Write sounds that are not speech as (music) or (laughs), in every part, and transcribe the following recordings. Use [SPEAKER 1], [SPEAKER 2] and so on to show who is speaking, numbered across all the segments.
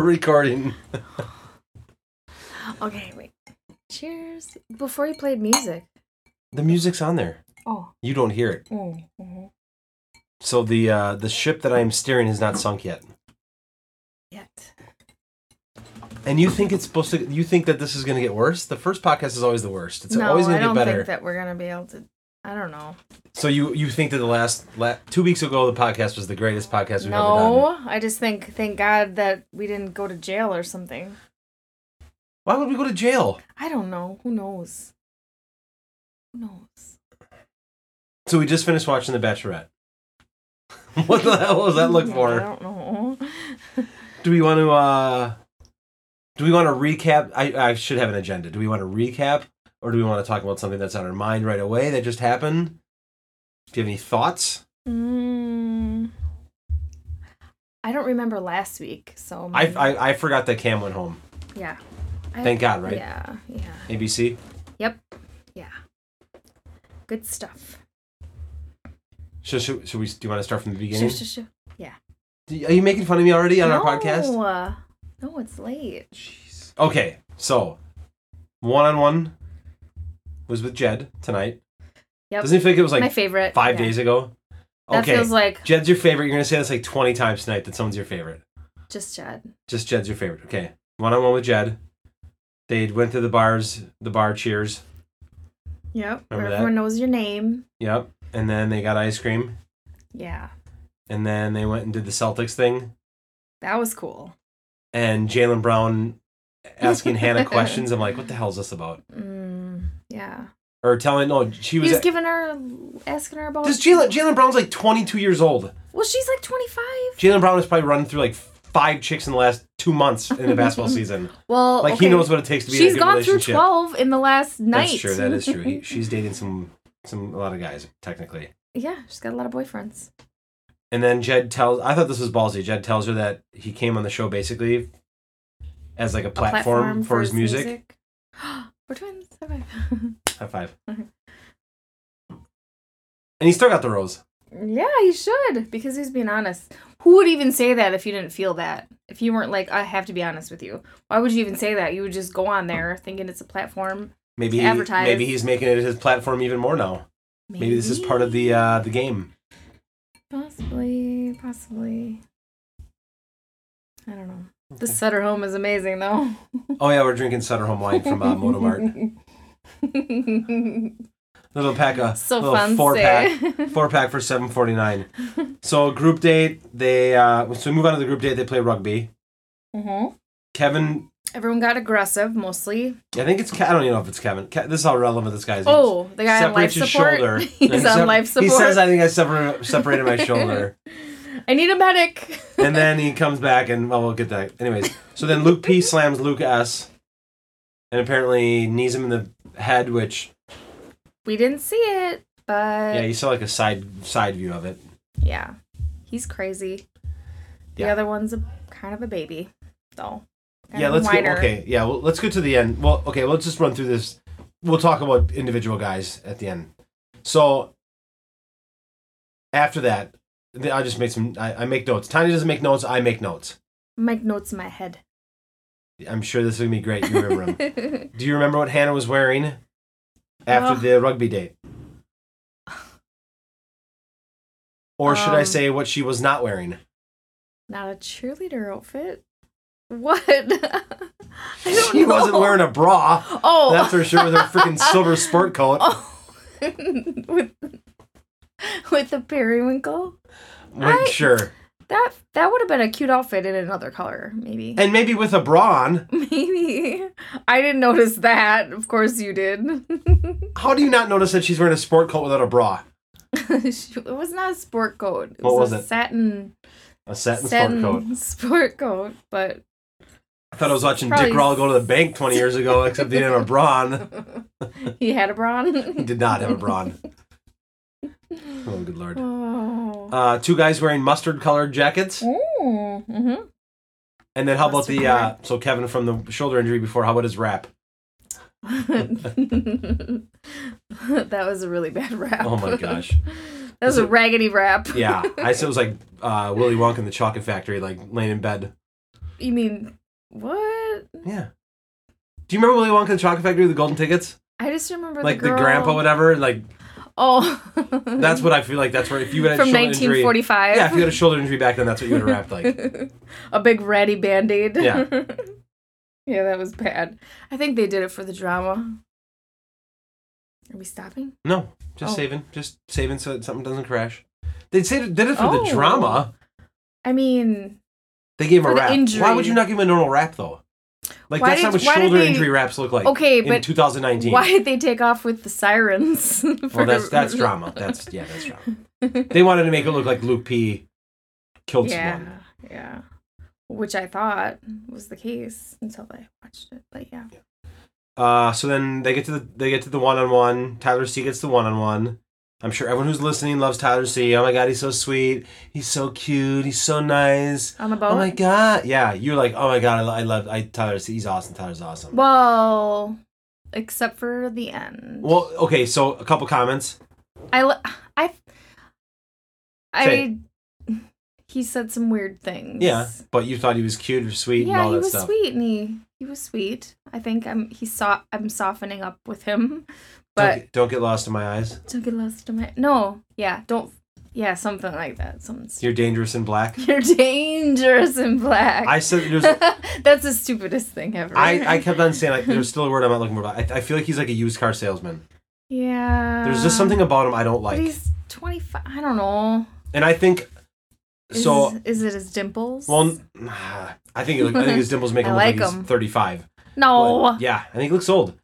[SPEAKER 1] recording.
[SPEAKER 2] Oh, Okay, wait. Cheers. Before you played music.
[SPEAKER 1] The music's on there.
[SPEAKER 2] Oh.
[SPEAKER 1] You don't hear it.
[SPEAKER 2] Mm-hmm.
[SPEAKER 1] So the uh, the ship that I am steering has not sunk yet.
[SPEAKER 2] Yet.
[SPEAKER 1] And you think it's supposed to? You think that this is going to get worse? The first podcast is always the worst. It's
[SPEAKER 2] no,
[SPEAKER 1] always going
[SPEAKER 2] I
[SPEAKER 1] to get
[SPEAKER 2] don't
[SPEAKER 1] better.
[SPEAKER 2] think that we're gonna be able to. I don't know.
[SPEAKER 1] so you you think that the last la- two weeks ago the podcast was the greatest podcast we've ever done?
[SPEAKER 2] No, I just think thank God that we didn't go to jail or something.
[SPEAKER 1] Why would we go to jail?
[SPEAKER 2] I don't know. Who knows? Who knows?
[SPEAKER 1] So we just finished watching The Bachelorette. (laughs) what the hell was that look
[SPEAKER 2] I
[SPEAKER 1] for?
[SPEAKER 2] don't know.
[SPEAKER 1] Do we want to? uh Do we want to recap? I I should have an agenda. Do we want to recap, or do we want to talk about something that's on our mind right away that just happened? Do you have any thoughts?
[SPEAKER 2] Mm, I don't remember last week, so
[SPEAKER 1] I,
[SPEAKER 2] maybe-
[SPEAKER 1] I I forgot that Cam went home.
[SPEAKER 2] yeah.
[SPEAKER 1] Thank God, right?
[SPEAKER 2] Yeah, yeah.
[SPEAKER 1] ABC.
[SPEAKER 2] Yep. Yeah. Good stuff.
[SPEAKER 1] Should, should, should we? Do you want to start from the
[SPEAKER 2] Shoo,
[SPEAKER 1] beginning?
[SPEAKER 2] shoo, shoo.
[SPEAKER 1] Do you- Are you making fun of me already on our podcast?
[SPEAKER 2] No, uh, No, it's late.
[SPEAKER 1] Jeez. Okay, so one on one was with Jed tonight.
[SPEAKER 2] Yep.
[SPEAKER 1] Doesn't it feel like it was
[SPEAKER 2] My
[SPEAKER 1] like
[SPEAKER 2] favorite.
[SPEAKER 1] five
[SPEAKER 2] Yeah.
[SPEAKER 1] days ago?
[SPEAKER 2] That
[SPEAKER 1] okay,
[SPEAKER 2] feels like
[SPEAKER 1] Jed's your favorite. You're gonna say this like 20 times tonight that someone's your favorite.
[SPEAKER 2] just Chad.
[SPEAKER 1] Just Jed's your favorite. Okay, one on one with Jed. They went to the bars, the bar cheers.
[SPEAKER 2] Yep. Where
[SPEAKER 1] Remember that?
[SPEAKER 2] everyone knows your name.
[SPEAKER 1] Yep, and then they got ice cream,
[SPEAKER 2] Yeah.
[SPEAKER 1] and then they went and did the Celtics thing.
[SPEAKER 2] That was cool.
[SPEAKER 1] and Jalen Brown
[SPEAKER 2] (laughs)
[SPEAKER 1] asking Hannah questions. I'm like, what the hell is this about?
[SPEAKER 2] Mm, yeah.
[SPEAKER 1] Or telling no, she
[SPEAKER 2] He
[SPEAKER 1] was.
[SPEAKER 2] was, giving her, asking her about.
[SPEAKER 1] this Jalen Jalen Brown's like 22 years old.
[SPEAKER 2] well, she's like 25.
[SPEAKER 1] Jalen Brown has probably run through like five chicks in the last two months in the
[SPEAKER 2] (laughs)
[SPEAKER 1] basketball season.
[SPEAKER 2] Well,
[SPEAKER 1] Like he
[SPEAKER 2] Oh, okay.
[SPEAKER 1] knows what it takes to be
[SPEAKER 2] She's
[SPEAKER 1] in a good
[SPEAKER 2] gone through
[SPEAKER 1] relationship.
[SPEAKER 2] 12 in the last night.
[SPEAKER 1] That's true. That is
[SPEAKER 2] (laughs)
[SPEAKER 1] true. He, she's dating some some a lot of guys technically.
[SPEAKER 2] yeah, she's got a lot of boyfriends.
[SPEAKER 1] And then Jed tells. I thought this was ballsy. Jed tells her that he came on the show basically as like a
[SPEAKER 2] A
[SPEAKER 1] platform, for, his, music.
[SPEAKER 2] (gasps) We're twins. Okay. (laughs)
[SPEAKER 1] High five.
[SPEAKER 2] Mhm.
[SPEAKER 1] And he still got the rose.
[SPEAKER 2] yeah, he should because he's being honest. Who would even say that if you didn't feel that? If you weren't like, I have to be honest with you. Why would you even say that? You would just go on there thinking it's a platform.
[SPEAKER 1] Maybe
[SPEAKER 2] to
[SPEAKER 1] he,
[SPEAKER 2] advertise.
[SPEAKER 1] maybe he's making it his platform even more now. Maybe, this is part of the uh, the game.
[SPEAKER 2] Possibly, possibly. I don't know. The Sutter home is amazing, though.
[SPEAKER 1] Oh yeah, we're drinking Sutter Home wine from uh, (laughs) Motomart. Little pack
[SPEAKER 2] (laughs)
[SPEAKER 1] of
[SPEAKER 2] so
[SPEAKER 1] little
[SPEAKER 2] fancy.
[SPEAKER 1] four pack
[SPEAKER 2] (laughs)
[SPEAKER 1] four pack for seven forty nine. So group date they uh, so we move on to the group date. They play rugby.
[SPEAKER 2] Mhm.
[SPEAKER 1] Kevin,
[SPEAKER 2] Everyone got aggressive, mostly.
[SPEAKER 1] I think it's Ke- I don't even know if it's Kevin. Ke- this is how relevant this guy is.
[SPEAKER 2] Oh, the
[SPEAKER 1] He
[SPEAKER 2] guy on life
[SPEAKER 1] separates his
[SPEAKER 2] support. (laughs)
[SPEAKER 1] shoulder.
[SPEAKER 2] He's
[SPEAKER 1] He
[SPEAKER 2] on
[SPEAKER 1] sep-
[SPEAKER 2] life support.
[SPEAKER 1] He says, "I think I separ- separated my shoulder."
[SPEAKER 2] I need a
[SPEAKER 1] (laughs)
[SPEAKER 2] medic.
[SPEAKER 1] and then he comes back and well we'll get that anyways so then luke p slams luke s and apparently knees him in the head which
[SPEAKER 2] we didn't see it, but
[SPEAKER 1] yeah
[SPEAKER 2] yeah,
[SPEAKER 1] you saw like a side side view of it
[SPEAKER 2] he's crazy. The
[SPEAKER 1] Yeah.
[SPEAKER 2] other one's a, kind of a baby, though. Kind
[SPEAKER 1] yeah
[SPEAKER 2] of a
[SPEAKER 1] let's get
[SPEAKER 2] whiner.
[SPEAKER 1] okay yeah well, let's get to the end well okay let's just run through this we'll talk about individual guys at the end so after that th- i just made some i, I make notes tiny doesn't make notes i make notes
[SPEAKER 2] Make notes in my head.
[SPEAKER 1] i'm sure this is gonna be great you remember 'em. do you remember what hannah was wearing after
[SPEAKER 2] Oh.
[SPEAKER 1] the rugby date or should i
[SPEAKER 2] Um,
[SPEAKER 1] say what she was not wearing
[SPEAKER 2] (laughs) Not a cheerleader outfit. What? (laughs) I don't
[SPEAKER 1] she
[SPEAKER 2] know.
[SPEAKER 1] wasn't wearing a bra
[SPEAKER 2] (laughs) Oh,
[SPEAKER 1] that's for sure with her
[SPEAKER 2] (laughs)
[SPEAKER 1] freaking silver sport coat
[SPEAKER 2] Oh, (laughs) with with the periwinkle.
[SPEAKER 1] Wait,
[SPEAKER 2] I-
[SPEAKER 1] sure
[SPEAKER 2] That that would have been a cute outfit in another color, maybe.
[SPEAKER 1] and maybe with a bra on
[SPEAKER 2] maybe I didn't notice that. Of course you did.
[SPEAKER 1] how do you not notice that she's wearing a sport coat without a bra
[SPEAKER 2] (laughs) She- it was not a sport coat. It
[SPEAKER 1] What
[SPEAKER 2] was,
[SPEAKER 1] was
[SPEAKER 2] a
[SPEAKER 1] it?
[SPEAKER 2] satin
[SPEAKER 1] a satin,
[SPEAKER 2] satin
[SPEAKER 1] sport
[SPEAKER 2] (laughs)
[SPEAKER 1] coat
[SPEAKER 2] sport coat, but (laughs)
[SPEAKER 1] i thought i was watching
[SPEAKER 2] Probably-
[SPEAKER 1] dick Rawl go to the bank 20 years ago except he didn't have a bra
[SPEAKER 2] (laughs)
[SPEAKER 1] on
[SPEAKER 2] he had a bra.
[SPEAKER 1] he
[SPEAKER 2] on.
[SPEAKER 1] did not have a bra on oh good lord
[SPEAKER 2] (laughs) oh.
[SPEAKER 1] uh, two guys wearing mustard colored jackets
[SPEAKER 2] hmm
[SPEAKER 1] and then how about
[SPEAKER 2] Mustard
[SPEAKER 1] the uh, so kevin from the shoulder injury before how about his rap
[SPEAKER 2] (laughs) that was a really bad rap.
[SPEAKER 1] oh my gosh
[SPEAKER 2] (laughs) That was a
[SPEAKER 1] Is it-
[SPEAKER 2] raggedy rap. (laughs)
[SPEAKER 1] Yeah, I said it was like uh, Willy Wonka in the Chocolate Factory, like laying in bed.
[SPEAKER 2] You mean what?
[SPEAKER 1] Yeah. Do you remember Willy Wonka and the Chocolate Factory with the golden tickets?
[SPEAKER 2] I just remember
[SPEAKER 1] Like
[SPEAKER 2] the,
[SPEAKER 1] the
[SPEAKER 2] girl.
[SPEAKER 1] grandpa, whatever. and, Like
[SPEAKER 2] Oh,
[SPEAKER 1] that's what I feel like. That's where if you had a
[SPEAKER 2] from
[SPEAKER 1] shoulder injury,
[SPEAKER 2] 1945.
[SPEAKER 1] yeah, if you had a shoulder injury back then, that's what you would have wrapped like.
[SPEAKER 2] (laughs) a big ratty band aid.
[SPEAKER 1] Yeah.
[SPEAKER 2] (laughs) yeah, that was bad. I think they did it for the drama. Are we stopping?
[SPEAKER 1] No, just
[SPEAKER 2] Oh.
[SPEAKER 1] saving, just saving so that something doesn't crash. They say they did it for the
[SPEAKER 2] Oh.
[SPEAKER 1] drama.
[SPEAKER 2] I mean,
[SPEAKER 1] They gave him
[SPEAKER 2] For
[SPEAKER 1] a
[SPEAKER 2] the
[SPEAKER 1] wrap.
[SPEAKER 2] injury.
[SPEAKER 1] Why would you not give him a normal wrap though? Like
[SPEAKER 2] Why
[SPEAKER 1] that's not
[SPEAKER 2] did-
[SPEAKER 1] what
[SPEAKER 2] why did
[SPEAKER 1] shoulder
[SPEAKER 2] they-
[SPEAKER 1] injury wraps look like.
[SPEAKER 2] Okay,
[SPEAKER 1] in
[SPEAKER 2] but
[SPEAKER 1] 2019.
[SPEAKER 2] why did they take off with the sirens? (laughs) for-
[SPEAKER 1] Well, that's that's drama.
[SPEAKER 2] (laughs)
[SPEAKER 1] That's yeah, that's drama. They wanted to make it look like Luke P. killed someone.
[SPEAKER 2] yeah, yeah. Which I thought was the case until I watched it. But yeah,
[SPEAKER 1] Uh, so then they get to the they get to the one on one. Tyler C gets the one on one. I'm sure everyone who's listening loves Tyler C. Oh my god, he's so sweet. He's so cute. He's so nice.
[SPEAKER 2] on the boat.
[SPEAKER 1] Oh my god, yeah. You're like, oh my god, I, lo- I love I Tyler C. He's awesome. Tyler's awesome.
[SPEAKER 2] Well, except for the end.
[SPEAKER 1] Well, okay. So a couple comments.
[SPEAKER 2] I li- I
[SPEAKER 1] Say
[SPEAKER 2] I (sighs) he said some weird things.
[SPEAKER 1] Yeah, but you thought he was cute or sweet and
[SPEAKER 2] Yeah,
[SPEAKER 1] all
[SPEAKER 2] he
[SPEAKER 1] that
[SPEAKER 2] was
[SPEAKER 1] stuff.
[SPEAKER 2] sweet and he, he was sweet. I think I'm he saw I'm softening up with him. (laughs) But
[SPEAKER 1] don't, get- don't get lost in my eyes.
[SPEAKER 2] don't get lost in my No, yeah, don't yeah, something like that. Something
[SPEAKER 1] You're dangerous
[SPEAKER 2] (laughs)
[SPEAKER 1] in black.
[SPEAKER 2] You're dangerous in black.
[SPEAKER 1] I said there's.
[SPEAKER 2] (laughs) That's the stupidest thing ever.
[SPEAKER 1] I, I kept on saying like there's still a word I'm not looking for. But I, I feel like he's like a used car salesman.
[SPEAKER 2] (laughs) Yeah.
[SPEAKER 1] There's just something about him I don't
[SPEAKER 2] Uh, But
[SPEAKER 1] like,
[SPEAKER 2] he's 25. I don't know.
[SPEAKER 1] and I think
[SPEAKER 2] Is,
[SPEAKER 1] so.
[SPEAKER 2] is it his dimples?
[SPEAKER 1] Well, n- (sighs) nah, I think it look, I think his dimples
[SPEAKER 2] (laughs)
[SPEAKER 1] make
[SPEAKER 2] I
[SPEAKER 1] him look like,
[SPEAKER 2] like
[SPEAKER 1] he's
[SPEAKER 2] 'em.
[SPEAKER 1] 35. but
[SPEAKER 2] no.
[SPEAKER 1] yeah, I think he looks old.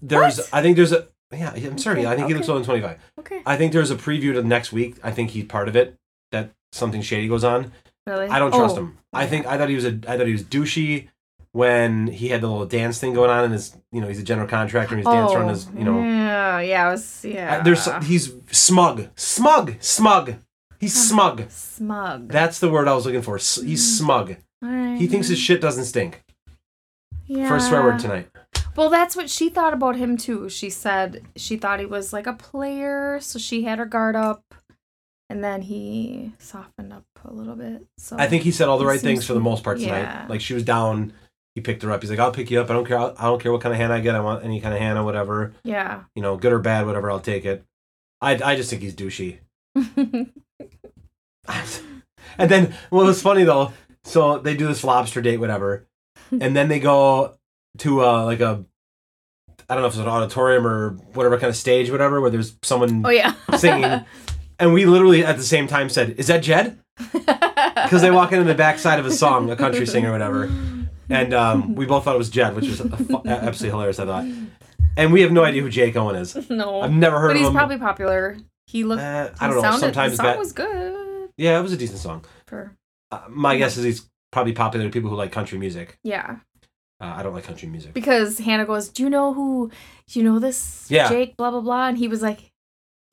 [SPEAKER 1] There's,
[SPEAKER 2] What?
[SPEAKER 1] I think there's a. Yeah, I'm sorry.
[SPEAKER 2] Okay,
[SPEAKER 1] I think he looks
[SPEAKER 2] okay.
[SPEAKER 1] old in 25.
[SPEAKER 2] Okay.
[SPEAKER 1] I think there's a preview to next week. I think he's part of it. That something shady goes on.
[SPEAKER 2] Really?
[SPEAKER 1] I don't trust
[SPEAKER 2] Oh.
[SPEAKER 1] him. I think I thought he was a. I thought he was douchey when he had the little dance thing going on, and his you know he's a general contractor and he's dancing
[SPEAKER 2] Oh,
[SPEAKER 1] around his you know.
[SPEAKER 2] Yeah, Oh, yeah, I was yeah.
[SPEAKER 1] I- there's he's smug, smug, smug. He's smug.
[SPEAKER 2] smug.
[SPEAKER 1] That's the word I was looking for. S- He's
[SPEAKER 2] Mm-hmm.
[SPEAKER 1] smug.
[SPEAKER 2] All right.
[SPEAKER 1] He thinks his shit doesn't stink.
[SPEAKER 2] yeah.
[SPEAKER 1] First swear word tonight.
[SPEAKER 2] Well, that's what she thought about him too. She said she thought he was like a player, so she had her guard up, and then he softened up a little bit. So
[SPEAKER 1] I think he said all the
[SPEAKER 2] It
[SPEAKER 1] right things
[SPEAKER 2] seems-
[SPEAKER 1] for the most part tonight.
[SPEAKER 2] yeah.
[SPEAKER 1] Like she was down, he picked her up. He's like, "I'll pick you up. I don't care. I don't care what kind of hand I get. I want any kind of hand or whatever.
[SPEAKER 2] yeah. (laughs)
[SPEAKER 1] You know, good or bad, whatever. I'll take it." I I just think he's douchey. (laughs) and then what was funny though, so they do this lobster date, whatever, and then they go to uh like a. I don't know if it's an auditorium or whatever kind of stage, whatever, where there's someone
[SPEAKER 2] oh yeah. (laughs)
[SPEAKER 1] singing. And we literally at the same time said, Is that Jed? because they walk in on the backside of a song, a country singer, or whatever,
[SPEAKER 2] (laughs)
[SPEAKER 1] and um, we both thought it was Jed, which was a fu- a- absolutely hilarious. I thought, and we have no idea who Jake Owen is.
[SPEAKER 2] no.
[SPEAKER 1] I've never heard
[SPEAKER 2] but
[SPEAKER 1] of
[SPEAKER 2] he's
[SPEAKER 1] him.
[SPEAKER 2] probably popular. He looked.
[SPEAKER 1] Uh,
[SPEAKER 2] he
[SPEAKER 1] I don't know.
[SPEAKER 2] Sounded,
[SPEAKER 1] sometimes
[SPEAKER 2] the song
[SPEAKER 1] that,
[SPEAKER 2] was good.
[SPEAKER 1] yeah, it was a decent song.
[SPEAKER 2] For
[SPEAKER 1] Uh, my guess is he's probably popular to people who like country music.
[SPEAKER 2] yeah,
[SPEAKER 1] Uh, I don't like country music.
[SPEAKER 2] because Hannah goes, "Do you know who? Do you know this
[SPEAKER 1] Yeah.
[SPEAKER 2] Jake?" Blah blah blah, and he was like,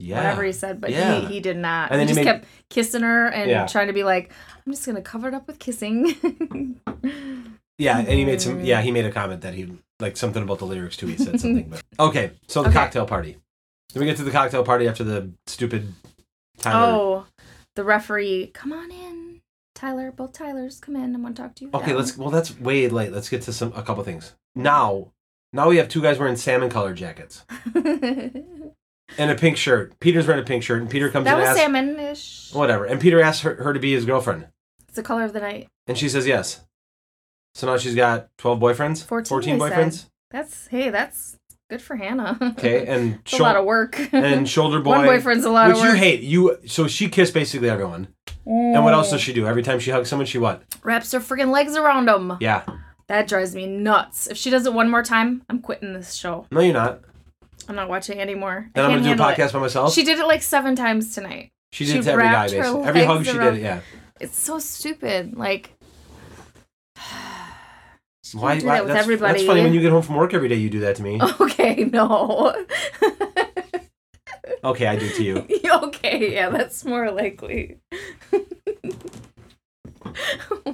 [SPEAKER 1] Yeah,
[SPEAKER 2] whatever he said, but
[SPEAKER 1] Yeah.
[SPEAKER 2] he, he did not.
[SPEAKER 1] And then
[SPEAKER 2] he
[SPEAKER 1] he
[SPEAKER 2] just
[SPEAKER 1] made-
[SPEAKER 2] kept kissing her and
[SPEAKER 1] Yeah.
[SPEAKER 2] trying to be like, I'm just gonna cover it up with kissing. (laughs)
[SPEAKER 1] yeah, and he made some. Yeah, he made a comment that he like something about the lyrics too. He said something.
[SPEAKER 2] (laughs)
[SPEAKER 1] But okay, so the
[SPEAKER 2] Okay.
[SPEAKER 1] cocktail party. Then we get to the cocktail party after the stupid Tyler.
[SPEAKER 2] oh, the referee, come on in, Tyler. Both Tylers, come in. I want to talk to you.
[SPEAKER 1] Okay,
[SPEAKER 2] That
[SPEAKER 1] let's.
[SPEAKER 2] one.
[SPEAKER 1] Well, that's way late. Let's get to some a couple things now. Now we have two guys wearing salmon colored jackets and a pink shirt. Peter's wearing a pink shirt, and Peter comes
[SPEAKER 2] (laughs) that
[SPEAKER 1] and
[SPEAKER 2] was
[SPEAKER 1] asks
[SPEAKER 2] salmon-ish.
[SPEAKER 1] whatever. And Peter asks her, her to be his girlfriend,
[SPEAKER 2] It's the color of the night.
[SPEAKER 1] and she says yes. So now she's got twelve boyfriends,
[SPEAKER 2] 14, they said.
[SPEAKER 1] boyfriends.
[SPEAKER 2] That's hey, that's good for Hannah. (laughs)
[SPEAKER 1] Okay, and
[SPEAKER 2] it's a lot of work.
[SPEAKER 1] and shoulder boy,
[SPEAKER 2] (laughs) one boyfriend's a lot
[SPEAKER 1] which
[SPEAKER 2] of work.
[SPEAKER 1] you hate. You so she kissed basically everyone. And what else does she do? Every time she hugs someone, she what?
[SPEAKER 2] Wraps her freaking legs around him.
[SPEAKER 1] Yeah.
[SPEAKER 2] That drives me nuts. If she does it one more time, I'm quitting this show.
[SPEAKER 1] No, you're not.
[SPEAKER 2] I'm not watching anymore.
[SPEAKER 1] Then
[SPEAKER 2] I
[SPEAKER 1] I'm
[SPEAKER 2] can't
[SPEAKER 1] gonna do
[SPEAKER 2] handle
[SPEAKER 1] a
[SPEAKER 2] it.
[SPEAKER 1] podcast by myself.
[SPEAKER 2] She did it like seven times tonight.
[SPEAKER 1] She
[SPEAKER 2] she
[SPEAKER 1] did it to every guy
[SPEAKER 2] wrapped her
[SPEAKER 1] basically. Every hug
[SPEAKER 2] legs
[SPEAKER 1] she
[SPEAKER 2] around-
[SPEAKER 1] did it. Yeah.
[SPEAKER 2] It's so stupid. Like, (sighs) she
[SPEAKER 1] Why,
[SPEAKER 2] can't do
[SPEAKER 1] why-
[SPEAKER 2] that with
[SPEAKER 1] that's,
[SPEAKER 2] everybody.
[SPEAKER 1] That's funny. When you get home from work every day, you do that to me.
[SPEAKER 2] (laughs) okay, no. (laughs)
[SPEAKER 1] okay, I do to you.
[SPEAKER 2] okay, yeah, that's more likely. (laughs) oh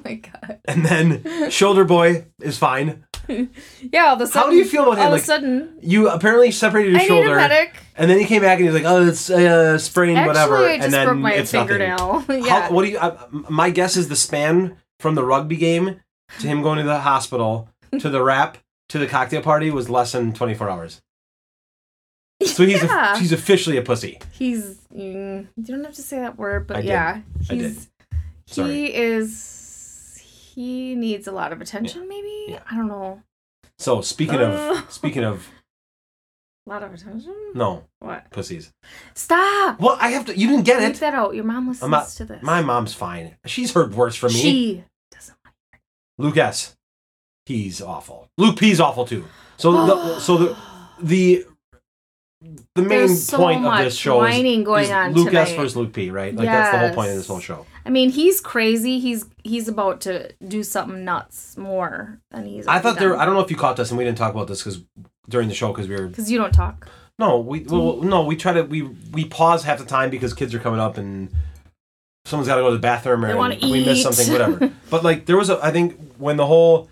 [SPEAKER 2] my god.
[SPEAKER 1] And then shoulder boy is fine.
[SPEAKER 2] Yeah, all of a sudden.
[SPEAKER 1] How do you feel about
[SPEAKER 2] All
[SPEAKER 1] him?
[SPEAKER 2] of
[SPEAKER 1] Like
[SPEAKER 2] a sudden,
[SPEAKER 1] you apparently separated your
[SPEAKER 2] I need a
[SPEAKER 1] shoulder,
[SPEAKER 2] headache.
[SPEAKER 1] and then he came back and he was like, "Oh, it's uh, sprained,
[SPEAKER 2] Actually,
[SPEAKER 1] whatever."
[SPEAKER 2] I just
[SPEAKER 1] and then
[SPEAKER 2] broke my
[SPEAKER 1] it's nothing.
[SPEAKER 2] fingernail. (laughs)
[SPEAKER 1] How-
[SPEAKER 2] yeah.
[SPEAKER 1] what do you? I, my guess is the span from the rugby game to him going to the hospital to the rap to the cocktail party was less than 24 hours. So he's
[SPEAKER 2] yeah.
[SPEAKER 1] a, he's officially a pussy.
[SPEAKER 2] he's mm, you don't have to say that word, but
[SPEAKER 1] I did.
[SPEAKER 2] yeah,
[SPEAKER 1] I did.
[SPEAKER 2] he's
[SPEAKER 1] Sorry.
[SPEAKER 2] he is he needs a lot of attention. Maybe
[SPEAKER 1] Yeah.
[SPEAKER 2] I don't know.
[SPEAKER 1] So speaking
[SPEAKER 2] Oh. (laughs)
[SPEAKER 1] of speaking of
[SPEAKER 2] A lot of attention.
[SPEAKER 1] no
[SPEAKER 2] What?
[SPEAKER 1] pussies.
[SPEAKER 2] Stop.
[SPEAKER 1] Well, I have to. You didn't get
[SPEAKER 2] Leave
[SPEAKER 1] it.
[SPEAKER 2] that out. Your mom listens
[SPEAKER 1] not-
[SPEAKER 2] to this.
[SPEAKER 1] My mom's fine. She's heard worse from me.
[SPEAKER 2] She doesn't.
[SPEAKER 1] Luke S. He's awful. Luke P's awful too. So the,
[SPEAKER 2] (gasps)
[SPEAKER 1] so the the the main
[SPEAKER 2] There's so
[SPEAKER 1] point of this
[SPEAKER 2] much
[SPEAKER 1] show is,
[SPEAKER 2] whining going
[SPEAKER 1] is
[SPEAKER 2] on
[SPEAKER 1] Luke S
[SPEAKER 2] tonight.
[SPEAKER 1] versus Luke P, right? Like that's the whole point of this
[SPEAKER 2] Yes.
[SPEAKER 1] whole show.
[SPEAKER 2] I mean, he's crazy. He's he's about to do something nuts more than he's.
[SPEAKER 1] I thought there. I don't know if you caught this, and we didn't talk about this because during the show because we were
[SPEAKER 2] because you don't talk.
[SPEAKER 1] no we well, no we try to we we pause half the time because kids are coming up and someone's got to go to the bathroom
[SPEAKER 2] They
[SPEAKER 1] or
[SPEAKER 2] wanna
[SPEAKER 1] we miss
[SPEAKER 2] eat. (laughs)
[SPEAKER 1] something whatever. but like there was a I think when the whole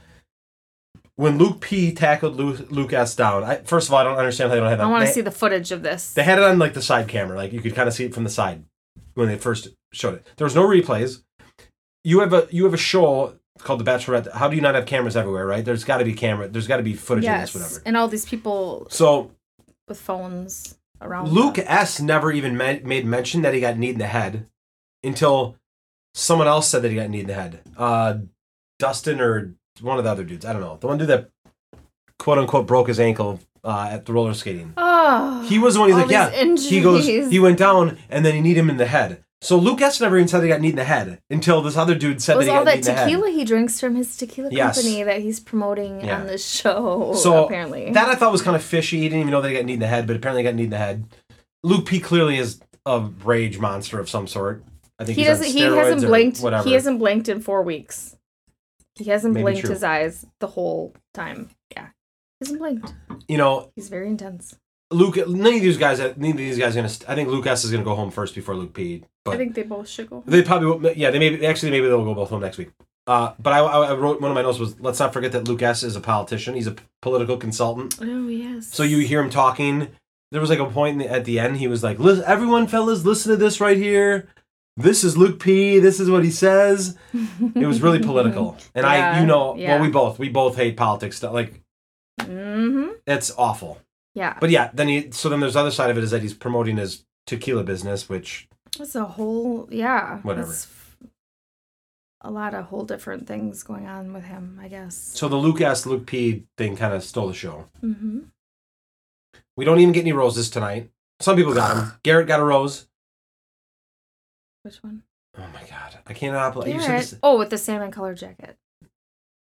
[SPEAKER 1] when Luke P tackled Luke, Luke S down. I, first of all, I don't understand how they don't have that.
[SPEAKER 2] I want
[SPEAKER 1] they-
[SPEAKER 2] to see the footage of this.
[SPEAKER 1] They had it on like the side camera, like you could kind of see it from the side when they first showed it. There was no replays. You have a you have a show called The Bachelorette. How do you not have cameras everywhere, right? There's got to be camera. There's got to be footage
[SPEAKER 2] yes,
[SPEAKER 1] of this, whatever.
[SPEAKER 2] and all these people
[SPEAKER 1] So
[SPEAKER 2] with phones around.
[SPEAKER 1] Luke
[SPEAKER 2] them.
[SPEAKER 1] S never even ma- made mention that he got kneed in the head until someone else said that he got kneed in the head. Uh, Dustin or one of the other dudes. I don't know. The one dude that quote unquote broke his ankle uh, at the roller skating.
[SPEAKER 2] Oh,
[SPEAKER 1] He was the one who's
[SPEAKER 2] all
[SPEAKER 1] like, yeah.
[SPEAKER 2] these Injuries.
[SPEAKER 1] He goes, he went down, and then he kneed him in the head. So Luke S never even said he got kneed in the head until this other dude said
[SPEAKER 2] It was
[SPEAKER 1] that he
[SPEAKER 2] all
[SPEAKER 1] got
[SPEAKER 2] that
[SPEAKER 1] kneed in the
[SPEAKER 2] tequila he drinks from his tequila
[SPEAKER 1] Yes.
[SPEAKER 2] company that he's promoting
[SPEAKER 1] Yeah.
[SPEAKER 2] on this show.
[SPEAKER 1] (laughs) So,
[SPEAKER 2] apparently,
[SPEAKER 1] head. That I thought was kind of fishy. He didn't even know that he got kneed in the head, but apparently he got kneed in the head. Luke P clearly is a rage monster of some sort. I think
[SPEAKER 2] he
[SPEAKER 1] he's on
[SPEAKER 2] doesn't. He
[SPEAKER 1] steroids
[SPEAKER 2] hasn't
[SPEAKER 1] or
[SPEAKER 2] blinked.
[SPEAKER 1] Whatever.
[SPEAKER 2] He hasn't blinked in four weeks. He hasn't
[SPEAKER 1] Maybe
[SPEAKER 2] blinked
[SPEAKER 1] true.
[SPEAKER 2] his eyes the whole time. Yeah, he hasn't blinked.
[SPEAKER 1] You know,
[SPEAKER 2] He's very intense.
[SPEAKER 1] Luke. None of these guys. None of these guys are gonna. st- I think Luke S is gonna go home first before Luke P. But
[SPEAKER 2] I think they both should go.
[SPEAKER 1] They probably will. Yeah, they maybe actually maybe they'll go both home next week. Uh, but I, I I wrote one of my notes was let's not forget that Luke S is a politician. He's a p- political consultant.
[SPEAKER 2] Oh yes.
[SPEAKER 1] So you hear him talking. There was like a point in the- at the end. He was like, "Lis- "Everyone, fellas, listen to this right here. This is Luke P. This is what he says." It
[SPEAKER 2] (laughs)
[SPEAKER 1] was really political, and I,
[SPEAKER 2] Yeah,
[SPEAKER 1] you know,
[SPEAKER 2] yeah.
[SPEAKER 1] well, we both we both hate politics. stuff. Like
[SPEAKER 2] hmm
[SPEAKER 1] that's awful.
[SPEAKER 2] Yeah,
[SPEAKER 1] But yeah, then he. So then there's the other side of it is that he's promoting his tequila business, which
[SPEAKER 2] that's a whole yeah.
[SPEAKER 1] Whatever.
[SPEAKER 2] that's A lot of whole different things going on with him, I guess.
[SPEAKER 1] so the Luke S. Luke P. thing kind of stole the show.
[SPEAKER 2] Mm-hmm.
[SPEAKER 1] We don't even get any roses tonight. Some people
[SPEAKER 2] (sighs)
[SPEAKER 1] got them. Garrett got a rose.
[SPEAKER 2] Which one?
[SPEAKER 1] Oh my god, I cannot believe you said
[SPEAKER 2] Garrett.
[SPEAKER 1] this.
[SPEAKER 2] Oh, with the salmon colored jacket.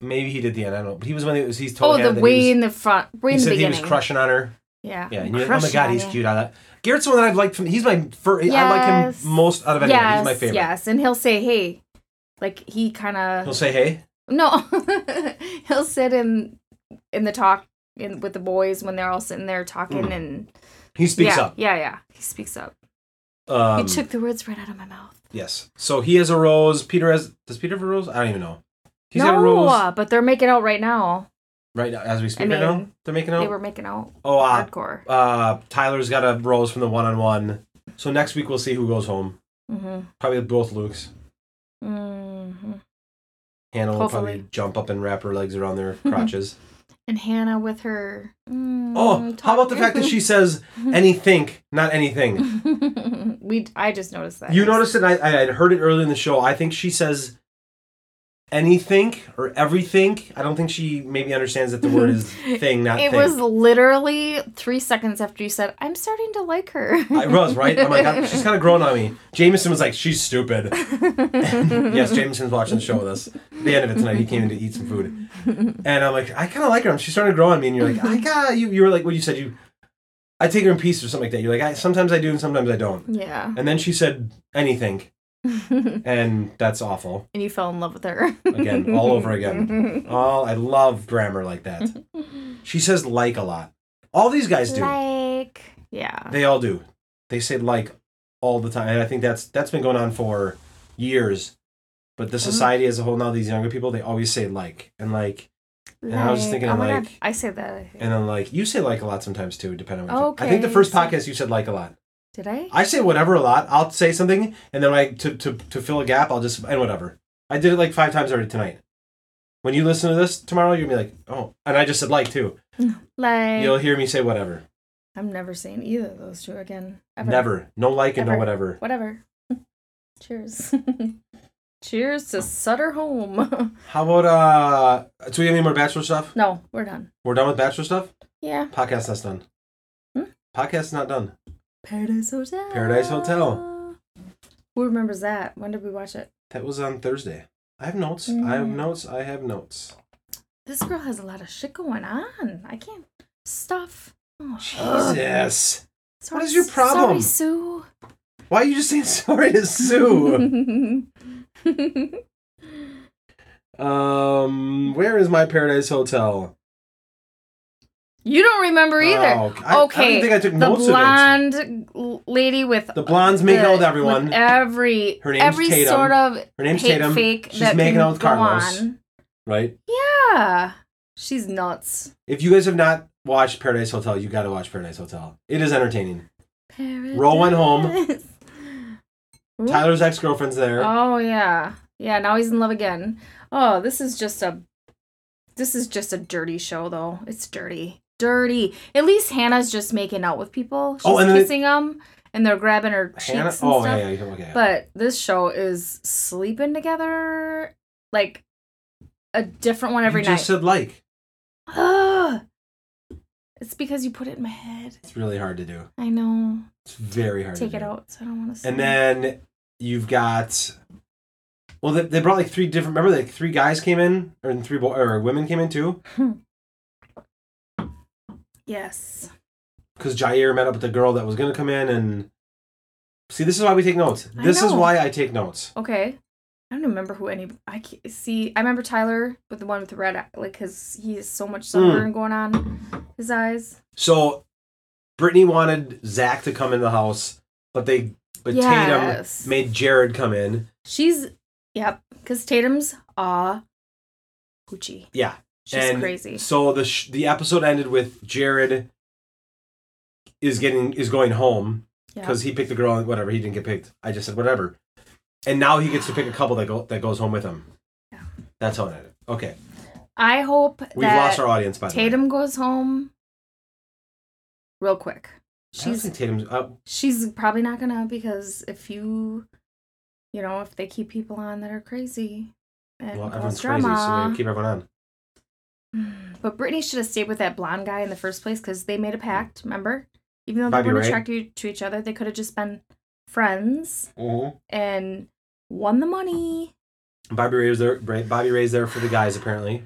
[SPEAKER 1] Maybe he did the end. I don't know. But he was when he was. He's
[SPEAKER 2] Oh,
[SPEAKER 1] told
[SPEAKER 2] the way in the front, way
[SPEAKER 1] He
[SPEAKER 2] in the
[SPEAKER 1] said he
[SPEAKER 2] beginning.
[SPEAKER 1] was crushing on her.
[SPEAKER 2] Yeah.
[SPEAKER 1] Yeah.
[SPEAKER 2] I'm
[SPEAKER 1] And you're like, oh my
[SPEAKER 2] crushing
[SPEAKER 1] god,
[SPEAKER 2] on
[SPEAKER 1] he's
[SPEAKER 2] you.
[SPEAKER 1] cute. I like Garrett's the one that I've liked from. He's my first. I like
[SPEAKER 2] Yes.
[SPEAKER 1] him most out of anyone.
[SPEAKER 2] Yes,
[SPEAKER 1] he's my favorite.
[SPEAKER 2] yes, and he'll say, "Hey," like he kind
[SPEAKER 1] He'll
[SPEAKER 2] of
[SPEAKER 1] say, "Hey."
[SPEAKER 2] no, (laughs) he'll sit in in the talk in with the boys when they're all sitting there talking
[SPEAKER 1] Mm.
[SPEAKER 2] and
[SPEAKER 1] He speaks
[SPEAKER 2] yeah,
[SPEAKER 1] up.
[SPEAKER 2] yeah, yeah, he speaks up.
[SPEAKER 1] Um,
[SPEAKER 2] you took the words right out of my mouth.
[SPEAKER 1] yes. So he has a rose. Peter has. Does Peter have a rose? I don't even know. He's got a rose
[SPEAKER 2] no, but they're making out right now.
[SPEAKER 1] right now as we speak.
[SPEAKER 2] I
[SPEAKER 1] right now
[SPEAKER 2] mean,
[SPEAKER 1] they're making
[SPEAKER 2] They
[SPEAKER 1] out.
[SPEAKER 2] were making out
[SPEAKER 1] oh, uh,
[SPEAKER 2] hardcore.
[SPEAKER 1] uh, Tyler's got a rose from the one-on-one. So next week we'll see who goes home.
[SPEAKER 2] hmm
[SPEAKER 1] Probably both Lukes.
[SPEAKER 2] hmm
[SPEAKER 1] Hannah will probably
[SPEAKER 2] Hopefully.
[SPEAKER 1] jump up and wrap her legs
[SPEAKER 2] (laughs)
[SPEAKER 1] around their crotches.
[SPEAKER 2] And Hannah with her. mm,
[SPEAKER 1] oh, how about the
[SPEAKER 2] talk- Mm-hmm.
[SPEAKER 1] fact that she says anything, not anything?
[SPEAKER 2] (laughs) we? I just noticed that.
[SPEAKER 1] You noticed it. and I, I had heard it earlier in the show. I think she says anything or everything. I don't think she maybe understands that the
[SPEAKER 2] (laughs)
[SPEAKER 1] word is thing, not
[SPEAKER 2] It
[SPEAKER 1] thing.
[SPEAKER 2] was literally three seconds after you said, "I'm starting to like her."
[SPEAKER 1] I was right. I'm like, "Oh, she's kind
[SPEAKER 2] (laughs)
[SPEAKER 1] of growing on me. Jameson was like, she's stupid. yes, Jameson's watching the show with us. At the end of it tonight, he came in to eat some food, and I'm like, I kind of like her. She's starting to grow on me, and you're like, I got you. You were like, what you said you, I take her in pieces or something like that. You're like, I sometimes I do and sometimes I don't.
[SPEAKER 2] Yeah,
[SPEAKER 1] And then she said anything,
[SPEAKER 2] (laughs) and
[SPEAKER 1] and that's awful
[SPEAKER 2] you fell in love with her
[SPEAKER 1] again, all over again.
[SPEAKER 2] (laughs)
[SPEAKER 1] Oh, I love grammar like that. She says like a lot. All these guys do.
[SPEAKER 2] Like, yeah,
[SPEAKER 1] They all do. They say like all the time, and I think that's that's been going on for years. But
[SPEAKER 2] Mm-hmm.
[SPEAKER 1] the society as a whole now, these younger people, they always say like and like, and I was just thinking,
[SPEAKER 2] oh my God,
[SPEAKER 1] like-
[SPEAKER 2] I say that. I think.
[SPEAKER 1] and then like. You say like a lot sometimes too, depending on. What you- I think the
[SPEAKER 2] Okay,
[SPEAKER 1] first
[SPEAKER 2] so-
[SPEAKER 1] podcast you said like a lot.
[SPEAKER 2] Did I?
[SPEAKER 1] I say whatever a lot. I'll say something, and then when I to to to fill a gap, I'll just and whatever. I did it like five times already tonight. When you listen to this tomorrow, you'll be like, oh, and I just said like too.
[SPEAKER 2] Like
[SPEAKER 1] You'll hear me say whatever.
[SPEAKER 2] I'm never saying either of those two again. Ever.
[SPEAKER 1] Never. No like and no
[SPEAKER 2] Ever.
[SPEAKER 1] whatever.
[SPEAKER 2] Whatever. (laughs) Cheers. (laughs) Cheers to Sutter Home. (laughs)
[SPEAKER 1] How about uh? Do we have any more bachelor stuff?
[SPEAKER 2] no, we're done.
[SPEAKER 1] We're done with bachelor stuff.
[SPEAKER 2] Yeah.
[SPEAKER 1] Podcast that's done.
[SPEAKER 2] Hmm?
[SPEAKER 1] Podcast not done.
[SPEAKER 2] Paradise Hotel.
[SPEAKER 1] Paradise Hotel.
[SPEAKER 2] Who remembers that? When did we watch it?
[SPEAKER 1] That was on Thursday. I have notes. I have
[SPEAKER 2] Mm.
[SPEAKER 1] notes. I have notes.
[SPEAKER 2] This girl has a lot of shit going on. I can't. Stuff. Oh,
[SPEAKER 1] Jesus.
[SPEAKER 2] Sorry,
[SPEAKER 1] is your
[SPEAKER 2] Sorry,
[SPEAKER 1] problem?
[SPEAKER 2] Sue.
[SPEAKER 1] Why are you just saying (laughs) sorry to
[SPEAKER 2] (laughs)
[SPEAKER 1] Sue? um, where is my Paradise Hotel?
[SPEAKER 2] you don't remember either.
[SPEAKER 1] Oh, I, I
[SPEAKER 2] Okay,
[SPEAKER 1] don't think I took
[SPEAKER 2] the
[SPEAKER 1] notes of
[SPEAKER 2] blonde l- lady with
[SPEAKER 1] it. The blonde's making
[SPEAKER 2] the-
[SPEAKER 1] out with everyone.
[SPEAKER 2] every
[SPEAKER 1] Her name's
[SPEAKER 2] every
[SPEAKER 1] Tatum.
[SPEAKER 2] sort of
[SPEAKER 1] Her name's
[SPEAKER 2] hate
[SPEAKER 1] Tatum,
[SPEAKER 2] fake
[SPEAKER 1] She's
[SPEAKER 2] that
[SPEAKER 1] making
[SPEAKER 2] can
[SPEAKER 1] out with
[SPEAKER 2] go
[SPEAKER 1] Carlos.
[SPEAKER 2] on.
[SPEAKER 1] right?
[SPEAKER 2] Yeah, she's nuts.
[SPEAKER 1] If you guys have not watched Paradise Hotel, you got to watch Paradise Hotel. It is entertaining. Roll one home.
[SPEAKER 2] Paradise. Ooh.
[SPEAKER 1] Tyler's ex girlfriend's there.
[SPEAKER 2] Oh yeah, yeah. Now he's in love again. Oh, this is just a, this is just a dirty show though. It's dirty, dirty. At least Hannah's just making out with people. She's
[SPEAKER 1] Oh, and then it-
[SPEAKER 2] kissing them, and they're grabbing her cheeks
[SPEAKER 1] Hannah.
[SPEAKER 2] and stuff.
[SPEAKER 1] Oh yeah, yeah, yeah, okay.
[SPEAKER 2] But this show is sleeping together, like a different one every
[SPEAKER 1] you
[SPEAKER 2] night.
[SPEAKER 1] just said like.
[SPEAKER 2] Ugh. (gasps) It's because you put it in my head.
[SPEAKER 1] It's really hard to do.
[SPEAKER 2] I know.
[SPEAKER 1] It's very hard.
[SPEAKER 2] Take
[SPEAKER 1] to
[SPEAKER 2] it
[SPEAKER 1] do.
[SPEAKER 2] out, so I don't want to.
[SPEAKER 1] And then you've got well, they, they brought like three different. Remember, like three guys came in, or three bo- or women came in too,
[SPEAKER 2] yes,
[SPEAKER 1] because Jair met up with the girl that was gonna come in, and see, this is why we take notes.
[SPEAKER 2] I
[SPEAKER 1] This is
[SPEAKER 2] know.
[SPEAKER 1] why I take notes.
[SPEAKER 2] okay. I don't remember who any. I ca- see. I remember Tyler with the one with the red, eye, like his. He has so much
[SPEAKER 1] Hmm.
[SPEAKER 2] sunburn going on his eyes.
[SPEAKER 1] So, Brittany wanted Zach to come in the house, but they but
[SPEAKER 2] Yes.
[SPEAKER 1] Tatum made Jared come in.
[SPEAKER 2] She's yep, because Tatum's ah, poochie.
[SPEAKER 1] Yeah,
[SPEAKER 2] She's
[SPEAKER 1] and
[SPEAKER 2] crazy.
[SPEAKER 1] So the sh- the episode ended with Jared is getting is going home
[SPEAKER 2] Yeah.
[SPEAKER 1] because he picked the girl and whatever he didn't get picked. I just said whatever, and now he gets to pick a couple that go that goes home with him.
[SPEAKER 2] Yeah.
[SPEAKER 1] That's how it ended. Okay,
[SPEAKER 2] I hope
[SPEAKER 1] we've
[SPEAKER 2] that
[SPEAKER 1] lost our audience by the way.
[SPEAKER 2] Tatum goes home real quick.
[SPEAKER 1] I don't think Tatum's. Uh,
[SPEAKER 2] She's probably not gonna because if you, you know, if they keep people on that are crazy and
[SPEAKER 1] well,
[SPEAKER 2] cause
[SPEAKER 1] everyone's crazy, so they
[SPEAKER 2] drama.
[SPEAKER 1] gotta keep everyone on.
[SPEAKER 2] (sighs) but Brittany should have stayed with that blonde guy in the first place because they made a pact. Remember, even though
[SPEAKER 1] Bobby
[SPEAKER 2] they weren't
[SPEAKER 1] Ray?
[SPEAKER 2] attracted to each other, they could have just been friends
[SPEAKER 1] Mm-hmm.
[SPEAKER 2] and won the money.
[SPEAKER 1] Bobby Ray's there. Bra- Bobby Ray's there for the guys apparently.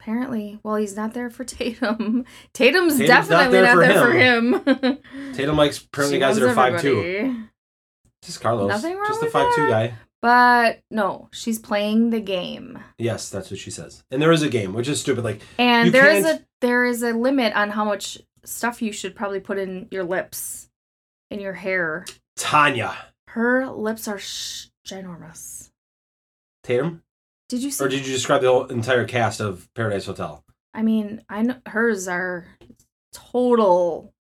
[SPEAKER 2] Apparently, well, he's not there for (laughs) Tatum. Tatum's,
[SPEAKER 1] Tatum's not
[SPEAKER 2] definitely
[SPEAKER 1] there
[SPEAKER 2] not
[SPEAKER 1] for
[SPEAKER 2] there, for him. (laughs)
[SPEAKER 1] Tatum likes apparently
[SPEAKER 2] She
[SPEAKER 1] guys that are
[SPEAKER 2] loves
[SPEAKER 1] five two.
[SPEAKER 2] everybody.
[SPEAKER 1] Just Carlos.
[SPEAKER 2] Nothing wrong
[SPEAKER 1] Just the
[SPEAKER 2] with
[SPEAKER 1] five two
[SPEAKER 2] that.
[SPEAKER 1] guy.
[SPEAKER 2] But no, she's playing the game.
[SPEAKER 1] Yes, that's what she says. And there is a game, which is stupid. Like
[SPEAKER 2] And
[SPEAKER 1] You
[SPEAKER 2] there is
[SPEAKER 1] can't-
[SPEAKER 2] a there is a limit on how much stuff you should probably put in your lips, in your hair.
[SPEAKER 1] Tanya
[SPEAKER 2] Her lips are sh- ginormous.
[SPEAKER 1] Tatum,
[SPEAKER 2] Did you see?
[SPEAKER 1] or did you describe the whole entire cast of Paradise Hotel?
[SPEAKER 2] I mean, I know hers are total,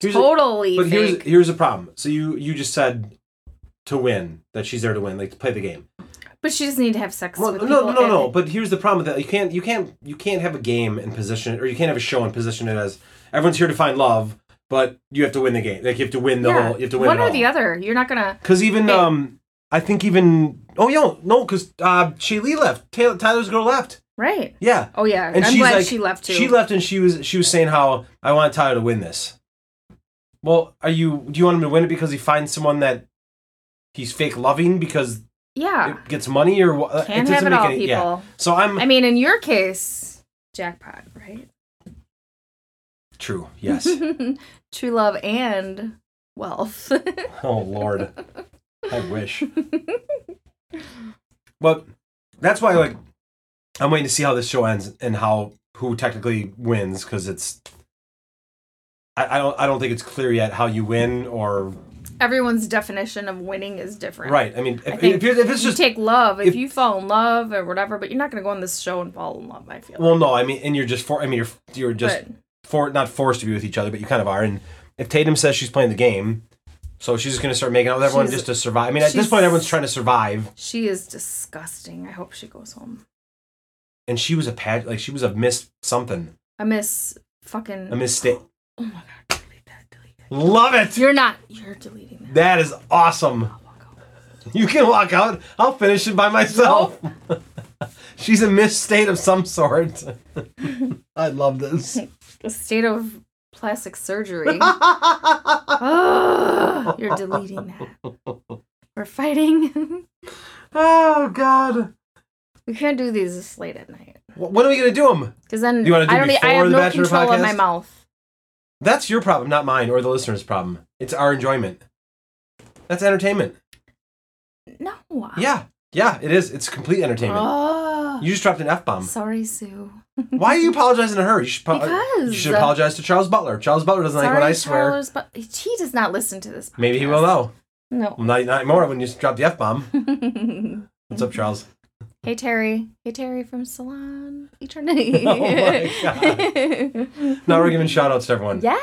[SPEAKER 1] Here's a-
[SPEAKER 2] totally
[SPEAKER 1] But here's
[SPEAKER 2] fake.
[SPEAKER 1] here's the problem. So you you just said to win that she's there to win, like to play the game.
[SPEAKER 2] but she doesn't need to have sex
[SPEAKER 1] Well,
[SPEAKER 2] with
[SPEAKER 1] no, no,
[SPEAKER 2] people
[SPEAKER 1] no, no.
[SPEAKER 2] and-
[SPEAKER 1] But here's the problem with that you can't you can't you can't have a game and position it, or you can't have a show and position it as everyone's here to find love, but you have to win the game. Like you have to win the
[SPEAKER 2] yeah,
[SPEAKER 1] whole. You have to win
[SPEAKER 2] one
[SPEAKER 1] it
[SPEAKER 2] or
[SPEAKER 1] all.
[SPEAKER 2] the other. You're not gonna.
[SPEAKER 1] Because even
[SPEAKER 2] Hey.
[SPEAKER 1] um, I think even oh yo no, because uh, Shaylee left. Taylor, Tyler's girl left.
[SPEAKER 2] Right.
[SPEAKER 1] Yeah,
[SPEAKER 2] Oh yeah.
[SPEAKER 1] and
[SPEAKER 2] I'm
[SPEAKER 1] she's
[SPEAKER 2] glad
[SPEAKER 1] like
[SPEAKER 2] she left too.
[SPEAKER 1] She left, and she was she was saying how I want Tyler to win this. Well, are you? Do you want him to win it because he finds someone that he's fake loving because
[SPEAKER 2] Yeah.
[SPEAKER 1] it gets money or what?
[SPEAKER 2] Ah. Can't have it all, people.
[SPEAKER 1] Yeah. So I'm
[SPEAKER 2] I mean, in your case, jackpot, right?
[SPEAKER 1] true. Yes.
[SPEAKER 2] (laughs) True love and wealth. (laughs)
[SPEAKER 1] oh Lord, I wish. But that's why, like, I'm waiting to see how this show ends and how who technically wins because it's. I, I don't. I don't think it's clear yet how you win or
[SPEAKER 2] Everyone's definition of winning is different.
[SPEAKER 1] right. I mean,
[SPEAKER 2] I
[SPEAKER 1] if,
[SPEAKER 2] think
[SPEAKER 1] if, you're, if it's
[SPEAKER 2] you
[SPEAKER 1] just
[SPEAKER 2] take love, if,
[SPEAKER 1] if-
[SPEAKER 2] you fall in love or whatever, but you're not going to go on this show and fall in love, I feel.
[SPEAKER 1] Well, no, I mean, and you're just for. I mean, you're you're just
[SPEAKER 2] but
[SPEAKER 1] for not forced to be with each other, but you kind of are. And if Tatum says she's playing the game, so she's just gonna start making out with everyone
[SPEAKER 2] She's-
[SPEAKER 1] just to survive. I mean, at this
[SPEAKER 2] she's-
[SPEAKER 1] point, everyone's trying to survive.
[SPEAKER 2] she is disgusting. I hope she goes home.
[SPEAKER 1] and she was a pad like she was a miss something
[SPEAKER 2] I miss fucking.
[SPEAKER 1] a mistake.
[SPEAKER 2] Oh my god! Delete that. Delete that.
[SPEAKER 1] Love it.
[SPEAKER 2] You're not. You're deleting that.
[SPEAKER 1] That is awesome.
[SPEAKER 2] I'll walk out.
[SPEAKER 1] You can walk out. I'll finish it by myself. (laughs) She's a miss state of some sort. (laughs) I love this.
[SPEAKER 2] A state of plastic
[SPEAKER 1] (laughs)
[SPEAKER 2] surgery. Ugh, you're deleting that. We're fighting. (laughs)
[SPEAKER 1] Oh God!
[SPEAKER 2] we can't do these late at night
[SPEAKER 1] Wh- When are we gonna do them?
[SPEAKER 2] because then
[SPEAKER 1] You wanna do
[SPEAKER 2] I don't. e- I
[SPEAKER 1] before
[SPEAKER 2] have
[SPEAKER 1] the
[SPEAKER 2] no
[SPEAKER 1] Bachelor
[SPEAKER 2] control of my
[SPEAKER 1] podcast?
[SPEAKER 2] mouth.
[SPEAKER 1] That's your problem, not mine or the listener's problem. It's our enjoyment. That's entertainment.
[SPEAKER 2] No.
[SPEAKER 1] Yeah, yeah, it is. It's complete entertainment.
[SPEAKER 2] Oh,
[SPEAKER 1] You just dropped an f bomb.
[SPEAKER 2] sorry, Sue.
[SPEAKER 1] Why are you apologizing to her? You should. apo-
[SPEAKER 2] Because
[SPEAKER 1] you should apologize to Charles Butler. Charles Butler doesn't like
[SPEAKER 2] sorry,
[SPEAKER 1] when I swear.
[SPEAKER 2] Charles, but he does not listen to this. Podcast.
[SPEAKER 1] Maybe he will know.
[SPEAKER 2] No.
[SPEAKER 1] Well, not, not anymore when you just drop the f bomb. What's up, Charles?
[SPEAKER 2] (laughs) hey Terry. Hey Terry from Salon Eternity.
[SPEAKER 1] (laughs) Oh,
[SPEAKER 2] (laughs)
[SPEAKER 1] my Now we're giving shout outs to everyone.
[SPEAKER 2] Yeah.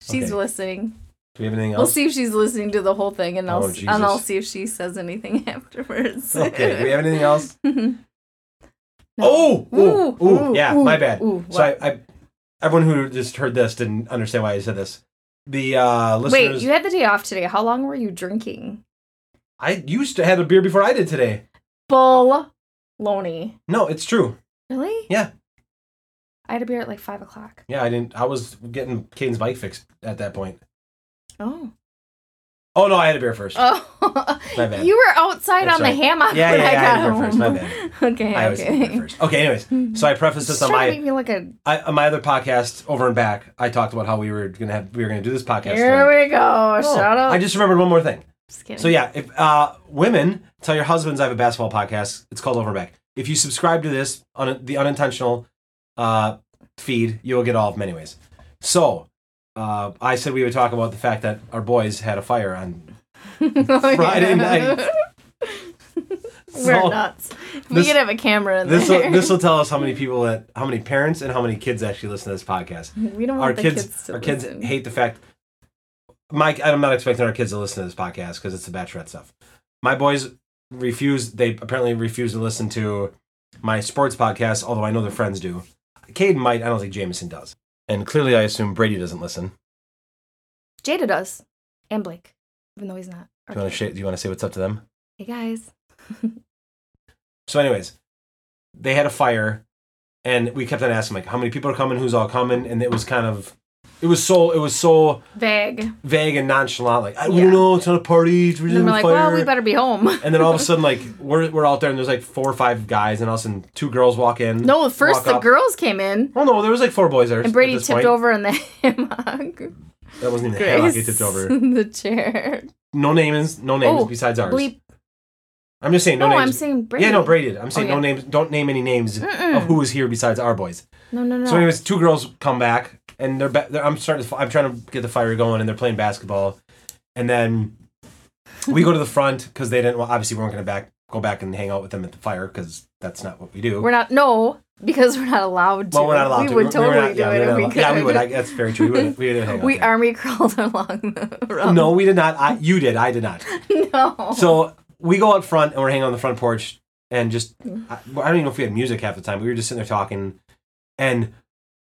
[SPEAKER 2] She's
[SPEAKER 1] Okay.
[SPEAKER 2] listening.
[SPEAKER 1] Do we have anything
[SPEAKER 2] We'll
[SPEAKER 1] else?
[SPEAKER 2] see if she's listening to the whole thing, and I'll
[SPEAKER 1] Oh,
[SPEAKER 2] and I'll
[SPEAKER 1] Jesus.
[SPEAKER 2] see if she says anything (laughs) afterwards.
[SPEAKER 1] okay. Do we have
[SPEAKER 2] (laughs)
[SPEAKER 1] anything else?
[SPEAKER 2] No.
[SPEAKER 1] Oh, ooh, ooh, yeah, my bad.
[SPEAKER 2] ooh,
[SPEAKER 1] So I, I, everyone who just heard this didn't understand why I said this. The uh,
[SPEAKER 2] what?
[SPEAKER 1] listeners,
[SPEAKER 2] wait, you had the day off today. How long were you drinking?
[SPEAKER 1] I used to have a beer before I did today.
[SPEAKER 2] Bull, loney.
[SPEAKER 1] No, it's true.
[SPEAKER 2] Really?
[SPEAKER 1] Yeah.
[SPEAKER 2] I had a beer at like five o'clock.
[SPEAKER 1] Yeah, I didn't. I was getting Caden's bike fixed at that point.
[SPEAKER 2] Oh.
[SPEAKER 1] Oh no, I had a beer first.
[SPEAKER 2] Oh.
[SPEAKER 1] (laughs) My bad.
[SPEAKER 2] you were outside
[SPEAKER 1] That's
[SPEAKER 2] on
[SPEAKER 1] right.
[SPEAKER 2] the hammock
[SPEAKER 1] Yeah,
[SPEAKER 2] when
[SPEAKER 1] yeah,
[SPEAKER 2] I
[SPEAKER 1] yeah, I
[SPEAKER 2] got
[SPEAKER 1] had a beer
[SPEAKER 2] home.
[SPEAKER 1] first.
[SPEAKER 2] (laughs)
[SPEAKER 1] My
[SPEAKER 2] okay.
[SPEAKER 1] I always
[SPEAKER 2] okay.
[SPEAKER 1] had a beer first. Okay, anyways. So I prefaced this
[SPEAKER 2] Just
[SPEAKER 1] on
[SPEAKER 2] trying to
[SPEAKER 1] my,
[SPEAKER 2] make me look a.
[SPEAKER 1] I, on my other podcast over and back. I talked about how we were gonna have we were gonna do this podcast. tonight.
[SPEAKER 2] Here we go.
[SPEAKER 1] Oh,
[SPEAKER 2] Shut up.
[SPEAKER 1] I just remembered one more thing.
[SPEAKER 2] Just kidding. (laughs)
[SPEAKER 1] So yeah, if uh, women tell your husbands I have a basketball podcast, it's called Over and Back. If you subscribe to this on the unintentional uh, feed, you'll get all of them anyways. So uh, I said we would talk about the fact that our boys had a fire on. Friday night.
[SPEAKER 2] We're
[SPEAKER 1] So
[SPEAKER 2] nuts. If we
[SPEAKER 1] this-
[SPEAKER 2] could have a camera in
[SPEAKER 1] This will
[SPEAKER 2] there.
[SPEAKER 1] this will tell us how many people that how many parents and how many kids actually listen to this podcast.
[SPEAKER 2] (laughs) we don't want
[SPEAKER 1] Our
[SPEAKER 2] the
[SPEAKER 1] kids,
[SPEAKER 2] to
[SPEAKER 1] our kids
[SPEAKER 2] listen.
[SPEAKER 1] hate the fact. Mike, I'm not expecting our kids to listen to this podcast because it's the bachelorette stuff. My boys refuse. They apparently refuse to listen to my sports podcast, although I know their friends do. Caden might. I don't think Jameson does. And clearly, I assume Brady doesn't listen.
[SPEAKER 2] Jada does, and Blake, even though he's not.
[SPEAKER 1] Do you want to sh- Do you want to say what's up to them?
[SPEAKER 2] Hey guys,
[SPEAKER 1] So, anyways, they had a fire, and we kept on asking like, how many people are coming? Who's all coming? And it was kind of, it was so, it was so
[SPEAKER 2] vague.
[SPEAKER 1] vague and nonchalant. Like, I we
[SPEAKER 2] Yeah.
[SPEAKER 1] don't know. It's not a party. It's
[SPEAKER 2] And
[SPEAKER 1] really
[SPEAKER 2] then
[SPEAKER 1] a
[SPEAKER 2] we're like,
[SPEAKER 1] fire.
[SPEAKER 2] well, we better be home.
[SPEAKER 1] And then all of a sudden, like we're we're out there, and there's like four or five guys, and all of a sudden two girls walk
[SPEAKER 2] (laughs)
[SPEAKER 1] in.
[SPEAKER 2] no, first
[SPEAKER 1] walk
[SPEAKER 2] the
[SPEAKER 1] up.
[SPEAKER 2] girls came in,
[SPEAKER 1] Oh no, there was like four boys there.
[SPEAKER 2] and Brady
[SPEAKER 1] at this
[SPEAKER 2] tipped
[SPEAKER 1] point.
[SPEAKER 2] over (laughs) in the hammock.
[SPEAKER 1] That wasn't even a hammock.
[SPEAKER 2] Grace
[SPEAKER 1] He tipped
[SPEAKER 2] (laughs)
[SPEAKER 1] over.
[SPEAKER 2] in the chair.
[SPEAKER 1] No names. No names
[SPEAKER 2] Oh,
[SPEAKER 1] besides ours.
[SPEAKER 2] Bleep.
[SPEAKER 1] I'm just saying no,
[SPEAKER 2] No, I'm
[SPEAKER 1] names.
[SPEAKER 2] saying Brady.
[SPEAKER 1] Yeah, no, Brady. did. I'm saying
[SPEAKER 2] Oh, yeah. Hmm.
[SPEAKER 1] no names. Don't name any names
[SPEAKER 2] Mm-mm.
[SPEAKER 1] of who was here besides our boys.
[SPEAKER 2] No, no, no.
[SPEAKER 1] So, anyways, two girls come back, and they're, ba- they're I'm starting. To, I'm trying to get the fire going, and they're playing basketball, and then we go to the front because they didn't. Well, obviously, we weren't going to back go back and hang out with them at the fire because that's not what we do.
[SPEAKER 2] we're not. No, because we're not allowed to.
[SPEAKER 1] Well, we're not allowed
[SPEAKER 2] we
[SPEAKER 1] to.
[SPEAKER 2] would
[SPEAKER 1] We were
[SPEAKER 2] totally
[SPEAKER 1] not-
[SPEAKER 2] do
[SPEAKER 1] yeah,
[SPEAKER 2] it
[SPEAKER 1] we
[SPEAKER 2] if
[SPEAKER 1] were
[SPEAKER 2] we
[SPEAKER 1] not
[SPEAKER 2] could.
[SPEAKER 1] allowed- Yeah, we would. I, that's very true. We would. We would hang out
[SPEAKER 2] We
[SPEAKER 1] there.
[SPEAKER 2] army (laughs) crawled along the road.
[SPEAKER 1] No, we did not. I, you did. I did not.
[SPEAKER 2] no.
[SPEAKER 1] So we go out front and we're hanging on the front porch and just.
[SPEAKER 2] Mm.
[SPEAKER 1] I, well, I don't even know if we had music half the time. We were just sitting there talking, and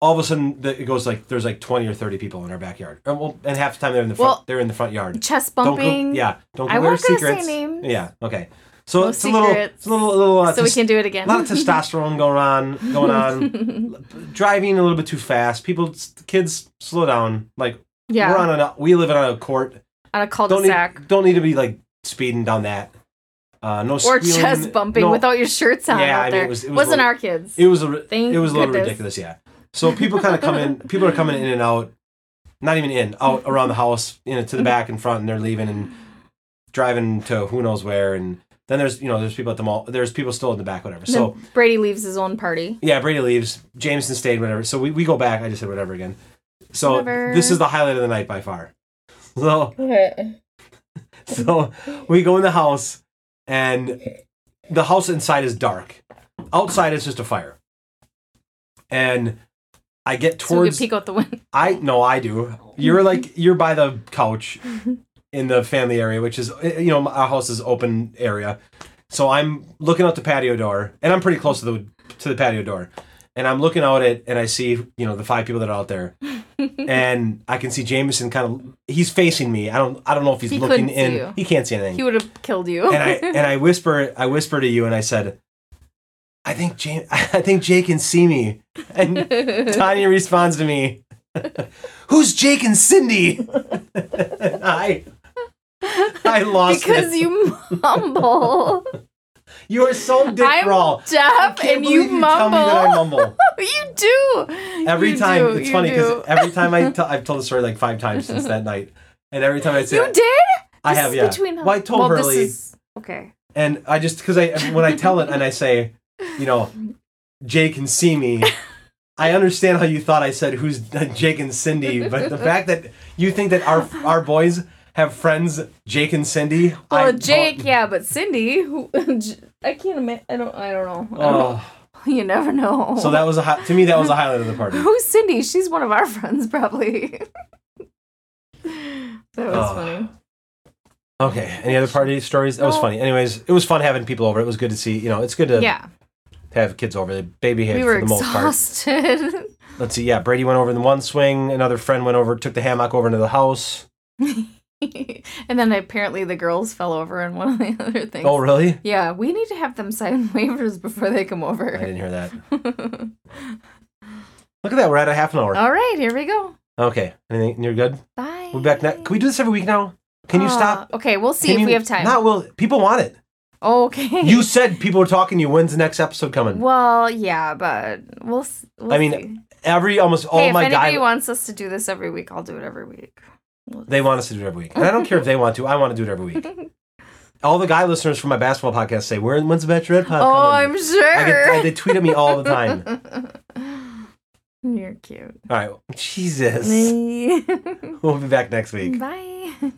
[SPEAKER 1] all of a sudden the, it goes like there's like twenty or thirty people in our backyard. And, well, and half the time they're in the front.
[SPEAKER 2] Well,
[SPEAKER 1] they're in the front yard.
[SPEAKER 2] chest
[SPEAKER 1] Don't go-
[SPEAKER 2] bumping.
[SPEAKER 1] yeah. Don't go
[SPEAKER 2] I
[SPEAKER 1] wear
[SPEAKER 2] won't gonna say
[SPEAKER 1] secrets.
[SPEAKER 2] names.
[SPEAKER 1] Yeah. Okay. So
[SPEAKER 2] No
[SPEAKER 1] it's a little,
[SPEAKER 2] secrets.
[SPEAKER 1] it's a little, a little. Uh,
[SPEAKER 2] So we
[SPEAKER 1] tes-
[SPEAKER 2] can do it again.
[SPEAKER 1] a lot of testosterone going on, going
[SPEAKER 2] (laughs)
[SPEAKER 1] on. driving a little bit too fast. People, kids, slow down. Like
[SPEAKER 2] yeah.
[SPEAKER 1] we're on a we live in a court.
[SPEAKER 2] on a
[SPEAKER 1] Don't
[SPEAKER 2] cul-de-sac
[SPEAKER 1] need, don't need to be like speeding down that. Uh, no
[SPEAKER 2] or
[SPEAKER 1] squealing.
[SPEAKER 2] chest bumping
[SPEAKER 1] No,
[SPEAKER 2] without your shirts on
[SPEAKER 1] Yeah,
[SPEAKER 2] out
[SPEAKER 1] I mean,
[SPEAKER 2] there.
[SPEAKER 1] it was- it was
[SPEAKER 2] was not
[SPEAKER 1] little-
[SPEAKER 2] our kids.
[SPEAKER 1] It was a ri-
[SPEAKER 2] Thank
[SPEAKER 1] it was a little
[SPEAKER 2] goodness.
[SPEAKER 1] ridiculous. Yeah. So people kind of come in. People are coming in and out. Not even in out around the house. You know, to the back and front, and they're leaving and driving to who knows where. And then there's you know there's people at the mall. There's people still in the back. Whatever.
[SPEAKER 2] And
[SPEAKER 1] So.
[SPEAKER 2] then Brady leaves his own party.
[SPEAKER 1] Yeah, Brady leaves. Jameson stayed, whatever. So we, we go back. I just said whatever again. So
[SPEAKER 2] Whatever.
[SPEAKER 1] this is the highlight of the night by far. (laughs) So
[SPEAKER 2] Okay.
[SPEAKER 1] (laughs) so we go in the house and the house inside is dark. Outside is just a fire. And I get
[SPEAKER 2] So we
[SPEAKER 1] towards
[SPEAKER 2] could peek out the window. (laughs)
[SPEAKER 1] I no, I do. You're like you're by the
[SPEAKER 2] (laughs)
[SPEAKER 1] couch in the family area, which is eh, you know our house is open area. So I'm looking out the patio door, and I'm pretty close to the to the patio door, and I'm looking out at and I see you know the five people that are
[SPEAKER 2] (laughs)
[SPEAKER 1] out there, and I can see Jameson kind of he's facing me. I don't I don't know if he's
[SPEAKER 2] He
[SPEAKER 1] looking
[SPEAKER 2] couldn't see
[SPEAKER 1] in.
[SPEAKER 2] you.
[SPEAKER 1] He can't see anything.
[SPEAKER 2] He would have killed you. (laughs)
[SPEAKER 1] and I and I whisper I whisper to you and I said, I think Jay (laughs) I think Jay can see me.
[SPEAKER 2] (laughs)
[SPEAKER 1] And Tanya responds to me, Who's Jake and Cindy? (laughs) And I I lost
[SPEAKER 2] because
[SPEAKER 1] it.
[SPEAKER 2] you mumble.
[SPEAKER 1] You are so (laughs) dick
[SPEAKER 2] I'm
[SPEAKER 1] brawl. I
[SPEAKER 2] Deaf
[SPEAKER 1] can't
[SPEAKER 2] and you
[SPEAKER 1] believe you tell me
[SPEAKER 2] mumble.
[SPEAKER 1] that I mumble.
[SPEAKER 2] (laughs) you do.
[SPEAKER 1] Every
[SPEAKER 2] You
[SPEAKER 1] time
[SPEAKER 2] do,
[SPEAKER 1] it's
[SPEAKER 2] you
[SPEAKER 1] funny
[SPEAKER 2] do.
[SPEAKER 1] because every
[SPEAKER 2] (laughs)
[SPEAKER 1] time I tell I've told the story like five times since that night. And every time I say
[SPEAKER 2] you
[SPEAKER 1] it,
[SPEAKER 2] did.
[SPEAKER 1] I
[SPEAKER 2] This
[SPEAKER 1] have
[SPEAKER 2] is
[SPEAKER 1] yeah.
[SPEAKER 2] Between
[SPEAKER 1] Well, I told
[SPEAKER 2] well,
[SPEAKER 1] Hurley
[SPEAKER 2] This is, okay.
[SPEAKER 1] and I just because I when I tell it and I say, you know, Jay can see me. I understand how you thought I said who's Jake and Cindy, but the fact that you think that our our boys have friends Jake and Cindy.
[SPEAKER 2] Well,
[SPEAKER 1] I
[SPEAKER 2] Oh, Jake,
[SPEAKER 1] don't-
[SPEAKER 2] yeah, but Cindy, who (laughs) I can't imagine. I don't. I don't know. I don't know.
[SPEAKER 1] Oh,
[SPEAKER 2] (laughs) You never know.
[SPEAKER 1] so that was a hi- to me that was a highlight of the
[SPEAKER 2] (laughs)
[SPEAKER 1] party.
[SPEAKER 2] Who's Cindy? She's one of our friends, probably. (laughs) that was
[SPEAKER 1] Oh.
[SPEAKER 2] funny.
[SPEAKER 1] Okay, any other party stories? That was
[SPEAKER 2] No.
[SPEAKER 1] funny. Anyways, it was fun having people over. It was good to see. You know, it's good to
[SPEAKER 2] yeah,
[SPEAKER 1] have kids over. The baby head
[SPEAKER 2] we
[SPEAKER 1] for
[SPEAKER 2] were
[SPEAKER 1] the most part.
[SPEAKER 2] exhausted. (laughs)
[SPEAKER 1] Let's see. Yeah, Brady went over in the one swing. Another friend went over, took the hammock over into the house.
[SPEAKER 2] and then apparently the girls fell over in one of the (laughs) other things.
[SPEAKER 1] Oh, really?
[SPEAKER 2] Yeah, we need to have them sign (laughs) waivers before they come
[SPEAKER 1] I
[SPEAKER 2] over.
[SPEAKER 1] didn't hear that.
[SPEAKER 2] (laughs) All
[SPEAKER 1] Look at that. We're at a half an hour.
[SPEAKER 2] right, here we go.
[SPEAKER 1] Okay. Anything? You're good.
[SPEAKER 2] Bye.
[SPEAKER 1] We'll be back next. Can we do this every week now? Can you
[SPEAKER 2] Uh,
[SPEAKER 1] stop?
[SPEAKER 2] Okay, we'll see
[SPEAKER 1] Can
[SPEAKER 2] if
[SPEAKER 1] you-
[SPEAKER 2] we have time.
[SPEAKER 1] Not will. People want it.
[SPEAKER 2] okay. (laughs)
[SPEAKER 1] You said people were talking to you. When's the next episode coming?
[SPEAKER 2] Well, yeah, but we'll. s- we'll
[SPEAKER 1] I mean,
[SPEAKER 2] see.
[SPEAKER 1] Every almost all
[SPEAKER 2] hey, if
[SPEAKER 1] my
[SPEAKER 2] anybody
[SPEAKER 1] guys.
[SPEAKER 2] wants us to do this every week, I'll do it every week. We'll-
[SPEAKER 1] they want us to do it every week, and I don't care if they want to. I want to do it every week.
[SPEAKER 2] (laughs)
[SPEAKER 1] All the guy listeners from my basketball podcast say, "Where when's the Bachelorette pod?"
[SPEAKER 2] Oh,
[SPEAKER 1] coming?"
[SPEAKER 2] I'm sure.
[SPEAKER 1] I get, I, they tweet at me
[SPEAKER 2] (laughs)
[SPEAKER 1] all the time.
[SPEAKER 2] You're cute.
[SPEAKER 1] All right, Jesus.
[SPEAKER 2] Me. (laughs)
[SPEAKER 1] We'll be back next week.
[SPEAKER 2] Bye.